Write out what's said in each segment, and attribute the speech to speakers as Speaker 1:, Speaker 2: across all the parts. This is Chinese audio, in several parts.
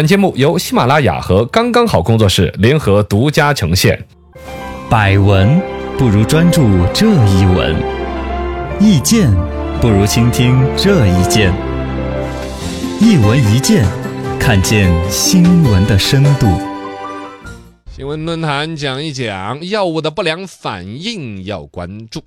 Speaker 1: 本节目由喜马拉雅和刚刚好工作室联合独家呈现。
Speaker 2: 百闻不如专注这一闻，意见不如倾听这一见。一闻一见，看见新闻的深度。
Speaker 1: 新闻论坛讲一讲药物的不良反应，要关注。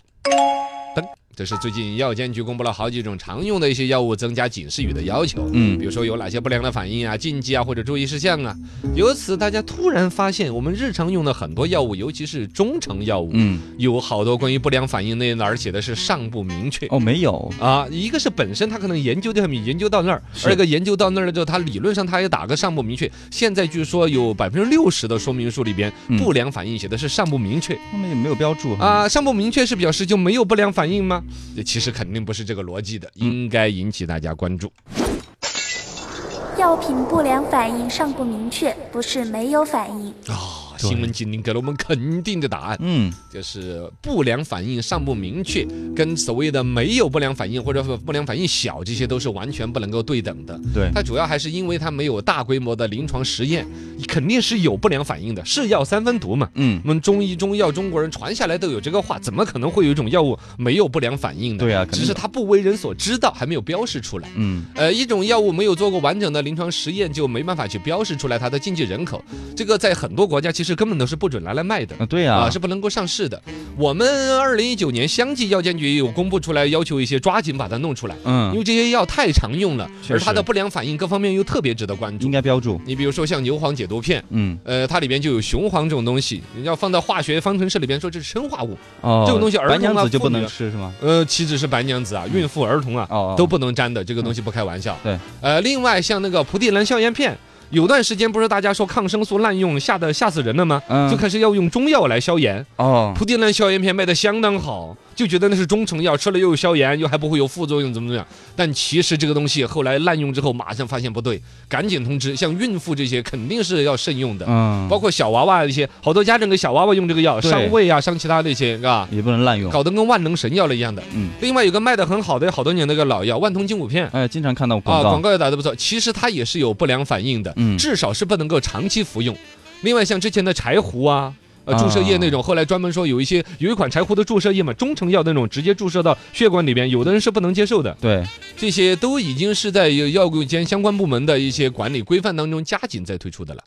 Speaker 1: 噔，这是最近药监局公布了好几种常用的一些药物增加警示语的要求。
Speaker 2: 嗯
Speaker 1: 比如说有哪些不良的反应啊、禁忌啊或者注意事项啊。由此大家突然发现，我们日常用的很多药物，尤其是中成药物，
Speaker 2: 嗯，
Speaker 1: 有好多关于不良反应那哪儿写的是尚不明确。
Speaker 2: 哦，没有，
Speaker 1: 啊，一个是本身他可能研究这米研究到那儿，
Speaker 2: 是
Speaker 1: 二一个研究到那儿了之后，他理论上他也打个尚不明确。现在据说有百分之六十的说明书里边
Speaker 2: 嗯
Speaker 1: 不良反应写的是尚不明确
Speaker 2: 他们也没有标注哈。
Speaker 1: 啊，尚不明确是表示就没有不良反应吗？这其实肯定不是这个逻辑的，
Speaker 2: 嗯
Speaker 1: 应该引起大家关注。
Speaker 3: 药品不良反应尚不明确，不是没有反应。
Speaker 1: 啊，
Speaker 2: 对
Speaker 1: 新闻精灵给了我们肯定的答案，
Speaker 2: 嗯，
Speaker 1: 就是不良反应尚不明确，跟所谓的没有不良反应或者说不良反应小，这些都是完全不能够对等的。
Speaker 2: 对，
Speaker 1: 它主要还是因为它没有大规模的临床实验，肯定是有不良反应的。是药三分毒嘛？
Speaker 2: 嗯
Speaker 1: 我，们中医中药，中国人传下来都有这个话，怎么可能会有一种药物没有不良反应呢？
Speaker 2: 对啊肯定
Speaker 1: 只是它不为人所知道，还没有标示出来。
Speaker 2: 嗯，
Speaker 1: 呃，一种药物没有做过完整的临床实验，就没办法去标示出来它的禁忌人口。这个在很多国家其实根本都是不准拿来卖的。
Speaker 2: 啊，对
Speaker 1: 啊，
Speaker 2: 啊，
Speaker 1: 是不能够上市的。我们二零一九年相继药监局也有公布出来，要求一些抓紧把它弄出来。因
Speaker 2: 嗯，
Speaker 1: 为这些药太常用了，
Speaker 2: 确
Speaker 1: 而它
Speaker 2: 实
Speaker 1: 的不良反应各方面又特别值得关注
Speaker 2: 应。该标注。
Speaker 1: 你比如说像牛黄解毒片，
Speaker 2: 嗯，
Speaker 1: 呃，它里边就有雄黄这种东西，你要放到化学方程式里边说这是生化物，
Speaker 2: 哦，
Speaker 1: 这种东西儿
Speaker 2: 白
Speaker 1: 童啊
Speaker 2: 娘子就
Speaker 1: 妇
Speaker 2: 不
Speaker 1: 女啊
Speaker 2: 能吃是吗？
Speaker 1: 呃，岂止是白娘子啊，孕妇、儿童啊
Speaker 2: 嗯哦，嗯
Speaker 1: 都不能沾的，这个东西不开玩笑。
Speaker 2: 对，
Speaker 1: 呃，另外像那个蒲地蓝消炎片。有段时间不是大家说抗生素滥用吓得吓死人了吗？
Speaker 2: 嗯
Speaker 1: 就开始要用中药来消炎，
Speaker 2: 哦，
Speaker 1: 蒲地蓝消炎片卖的相当好，就觉得那是中成药，吃了又有消炎，又还不会有副作用，怎么怎么样？但其实这个东西后来滥用之后，马上发现不对，赶紧通知，像孕妇这些肯定是要慎用的，
Speaker 2: 嗯，
Speaker 1: 包括小娃娃一些，好多家长给小娃娃用这个药，
Speaker 2: 对
Speaker 1: 伤胃啊，伤其他那些，是吧？
Speaker 2: 也不能滥用。
Speaker 1: 搞得跟万能神药了一样的。
Speaker 2: 嗯，
Speaker 1: 另外有个卖的很好的，有好多年那个老药万通精武片。
Speaker 2: 哎，经常看到
Speaker 1: 啊，
Speaker 2: 广
Speaker 1: 广
Speaker 2: 告。
Speaker 1: 告也打得不错，其实它也是有不良反应的，
Speaker 2: 嗯
Speaker 1: 至少是不能够长期服用。另外，像之前的柴胡啊。呃，
Speaker 2: 啊
Speaker 1: 注射液那种，后来专门说有一些有一款柴胡的注射液嘛，中成药那种直接注射到血管里边，有的人是不能接受的。
Speaker 2: 对，
Speaker 1: 这些都已经是在有药物间相关部门的一些管理规范当中加紧在推出的了。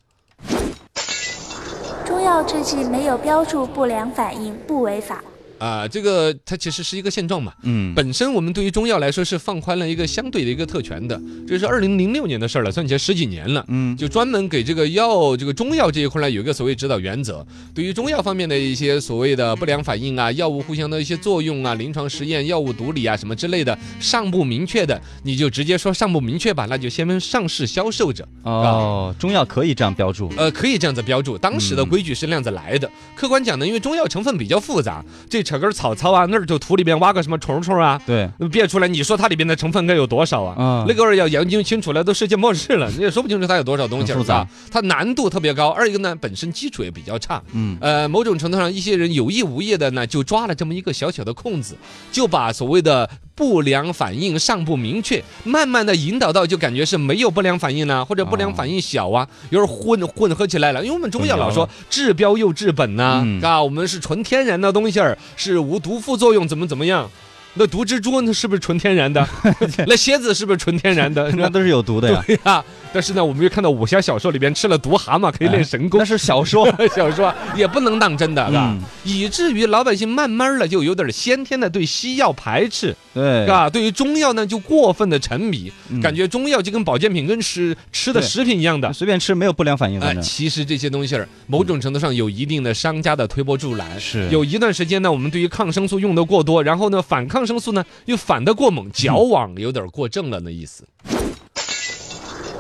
Speaker 3: 中药制剂没有标注不良反应，不违法。
Speaker 1: 啊、这个它其实是一个现状嘛。
Speaker 2: 嗯，
Speaker 1: 本身我们对于中药来说是放宽了一个相对的一个特权的，这是二零零六年的事儿了，算起来十几年了。
Speaker 2: 嗯，
Speaker 1: 就专门给这个药、这个中药这一块呢，有一个所谓指导原则。对于中药方面的一些所谓的不良反应
Speaker 2: 嗯
Speaker 1: 啊、药物互相的一些作用啊、临床实验、药物毒理啊什么之类的，尚不明确的，你就直接说尚不明确吧，那就先问上市销售者。
Speaker 2: 哦，中药可以这样标注。
Speaker 1: 呃，可以这样子标注，当时
Speaker 2: 嗯
Speaker 1: 的规矩是那样子来的。客观讲呢，因为中药成分比较复杂，这扯根草草啊，那儿就土里边挖个什么虫虫啊，
Speaker 2: 对，
Speaker 1: 变出来，你说它里边的成分该有多少啊
Speaker 2: 啊？
Speaker 1: 那个味儿要研究清楚了，都世界末日了，你 也说不清楚它有多少东西，
Speaker 2: 很复杂
Speaker 1: 是吧，它难度特别高。二一个呢，本身基础也比较差，
Speaker 2: 嗯，
Speaker 1: 呃，某种程度上，一些人有意无意的呢，就抓了这么一个小小的空子，就把所谓的不良反应尚不明确，慢慢的引导到就感觉是没有不良反应呢、或者不良反应小啊，有点混混合起来了。因为我们中药老说治标又治本呐、
Speaker 2: 嗯
Speaker 1: 啊，我们是纯天然的东西儿，是无毒副作用，怎么怎么样。那毒蜘蛛那是不是纯天然 的？那蝎子是不是纯天然的？
Speaker 2: 那都是有毒 的呀。
Speaker 1: 对呀、但是呢，我们又看到武侠小说里边吃了毒蛤蟆可以练神功
Speaker 2: 哎那，是小说。
Speaker 1: 小说也不能当真的，是吧
Speaker 2: 嗯？
Speaker 1: 以至于老百姓慢慢的就有点先天的对西药排斥，
Speaker 2: 对
Speaker 1: 是，吧？对于中药呢，就过分的沉迷，
Speaker 2: 嗯
Speaker 1: 感觉中药就跟保健品、跟吃吃的
Speaker 2: 对
Speaker 1: 食品一样的。
Speaker 2: 随便吃没有不良反应，
Speaker 1: 哎
Speaker 2: 反，正
Speaker 1: 其实这些东西儿，某种程度上有一定的商家的推波助澜。
Speaker 2: 嗯是
Speaker 1: 有一段时间呢，我们对于抗生素用的过多，然后呢，反抗生素呢又反的过猛，矫枉有点过正了那意
Speaker 2: 嗯
Speaker 1: 思。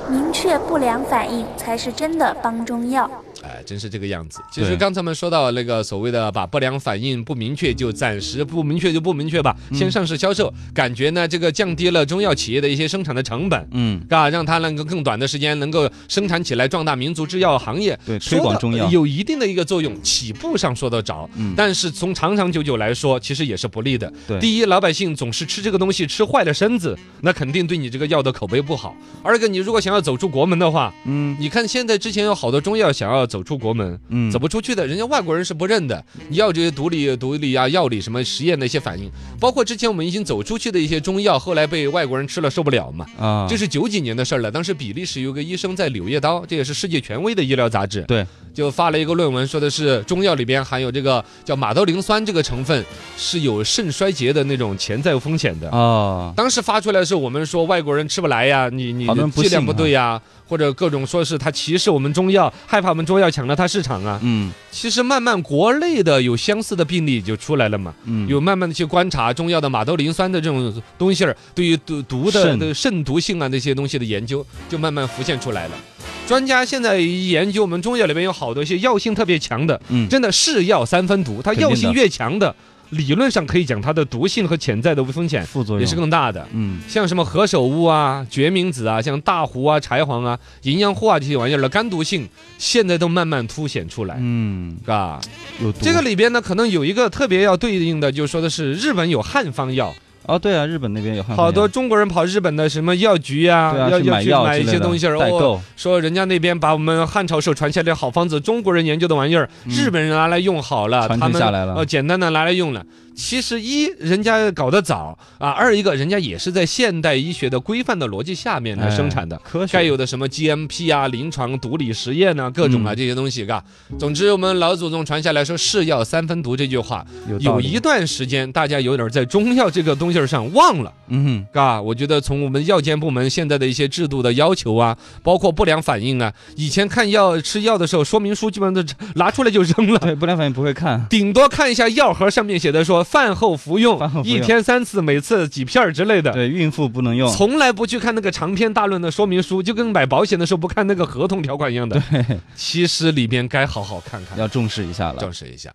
Speaker 3: 明确不良反应才是真的帮中药。
Speaker 1: 哎，真是这个样子。其实
Speaker 2: 对
Speaker 1: 刚才我们说到那个所谓的把不良反应不明确就暂时不明确就不明确吧，先上市销售，感觉呢这个降低了中药企业的一些生产的成本。
Speaker 2: 嗯，
Speaker 1: 啊，让它能够更短的时间能够生产起来，壮大民族制药行业，
Speaker 2: 对
Speaker 1: 说
Speaker 2: 推广
Speaker 1: 到
Speaker 2: 中药
Speaker 1: 有一定的一个作用，起步上说得着，
Speaker 2: 嗯
Speaker 1: 但是从长长久久来说，其实也是不利的。
Speaker 2: 对
Speaker 1: 第一，老百姓总是吃这个东西吃坏了身子，那肯定对你这个药的口碑不好。二个，你如果想要走出国门的话，
Speaker 2: 嗯
Speaker 1: 你看现在之前有好多中药想要走出国门，
Speaker 2: 嗯
Speaker 1: 走不出去的，人家外国人是不认的。你要这些毒理、毒理啊、药理什么实验的一些反应，包括之前我们已经走出去的一些中药，后来被外国人吃了受不了嘛。
Speaker 2: 啊，
Speaker 1: 这
Speaker 2: 是
Speaker 1: 是九几年的事儿了。当时比利时有个医生在《柳叶刀》，这也是世界权威的医疗杂志，
Speaker 2: 对，
Speaker 1: 就发了一个论文，说的是中药里边含有这个叫马兜铃酸这个成分，是有肾衰竭的那种潜在风险的。
Speaker 2: 啊，
Speaker 1: 当时发出来的时候，我们说外国人吃不来呀，你你
Speaker 2: 好多人不
Speaker 1: 剂量
Speaker 2: 信啊
Speaker 1: 不对呀，或者各种说是他歧视我们中药，害怕我们中药抢了他市场啊。
Speaker 2: 嗯
Speaker 1: 其实慢慢国内的有相似的病例就出来了嘛，
Speaker 2: 嗯，
Speaker 1: 有慢慢的去观察中药的马兜铃酸的这种东西儿，对于毒毒的
Speaker 2: 肾
Speaker 1: 的肾毒性啊那些东西的研究，就慢慢浮现出来了。专家现在一研究我们中药里面有好多一些药性特别强的，
Speaker 2: 嗯
Speaker 1: 真的是药三分毒，它
Speaker 2: 肯定
Speaker 1: 药
Speaker 2: 的
Speaker 1: 性越强的，理论上可以讲它的毒性和潜在的风险
Speaker 2: 副作用
Speaker 1: 也是更大的。
Speaker 2: 嗯
Speaker 1: 像什么何首乌啊、决明子啊、像大胡啊、柴黄啊、淫羊藿啊这些玩意儿的肝毒性，现在都慢慢凸显出来，
Speaker 2: 嗯
Speaker 1: 是吧？
Speaker 2: 有毒
Speaker 1: 哎这个里边呢，可能有一个特别要对应的，就是说的是日本有汉方药，
Speaker 2: 哦，对啊，日本那边有汉方
Speaker 1: 好多
Speaker 2: 药
Speaker 1: 中国人跑日本的什么药局呀、
Speaker 2: 对啊，
Speaker 1: 要
Speaker 2: 去
Speaker 1: 要
Speaker 2: 买
Speaker 1: 去
Speaker 2: 药
Speaker 1: 买
Speaker 2: 之
Speaker 1: 一
Speaker 2: 类
Speaker 1: 些
Speaker 2: 的
Speaker 1: 东西儿，
Speaker 2: 代
Speaker 1: 哦，
Speaker 2: 购，
Speaker 1: 说人家那边把我们汉朝时候传下来的好方子，中国人研究的玩意儿，
Speaker 2: 嗯
Speaker 1: 日本人拿来用好了，
Speaker 2: 传
Speaker 1: 他
Speaker 2: 承
Speaker 1: 们
Speaker 2: 下来了
Speaker 1: 呃，简单的拿来用了。其实一人家搞得早啊，二一个人家也是在现代医学的规范的逻辑下面来
Speaker 2: 哎
Speaker 1: 生产的。
Speaker 2: 科学
Speaker 1: 该有的什么 GMP 啊、临床毒理实验啊、各种啊
Speaker 2: 嗯
Speaker 1: 这些东西，嘎。总之，我们老祖宗传下来说“是药三分毒”这句话，
Speaker 2: 有道
Speaker 1: 有
Speaker 2: 理
Speaker 1: 一段时间大家有点在中药这个东西儿上忘了，
Speaker 2: 嗯
Speaker 1: 嘎。我觉得从我们药监部门现在的一些制度的要求啊，包括不良反应啊，以前看药吃药的时候，说明书基本上都 拿出来就扔了。
Speaker 2: 对不良反应不会看，
Speaker 1: 顶多看一下药盒上面写的说饭后服用
Speaker 2: 饭后，服用
Speaker 1: 一天三次，每次几片儿之类的。
Speaker 2: 对孕妇不能用，
Speaker 1: 从来不去看那个长篇大论的说明书，就跟买保险的时候不看那个合同条款一样的。其实里边该好好看看，
Speaker 2: 要重视一下了。
Speaker 1: 重视一下。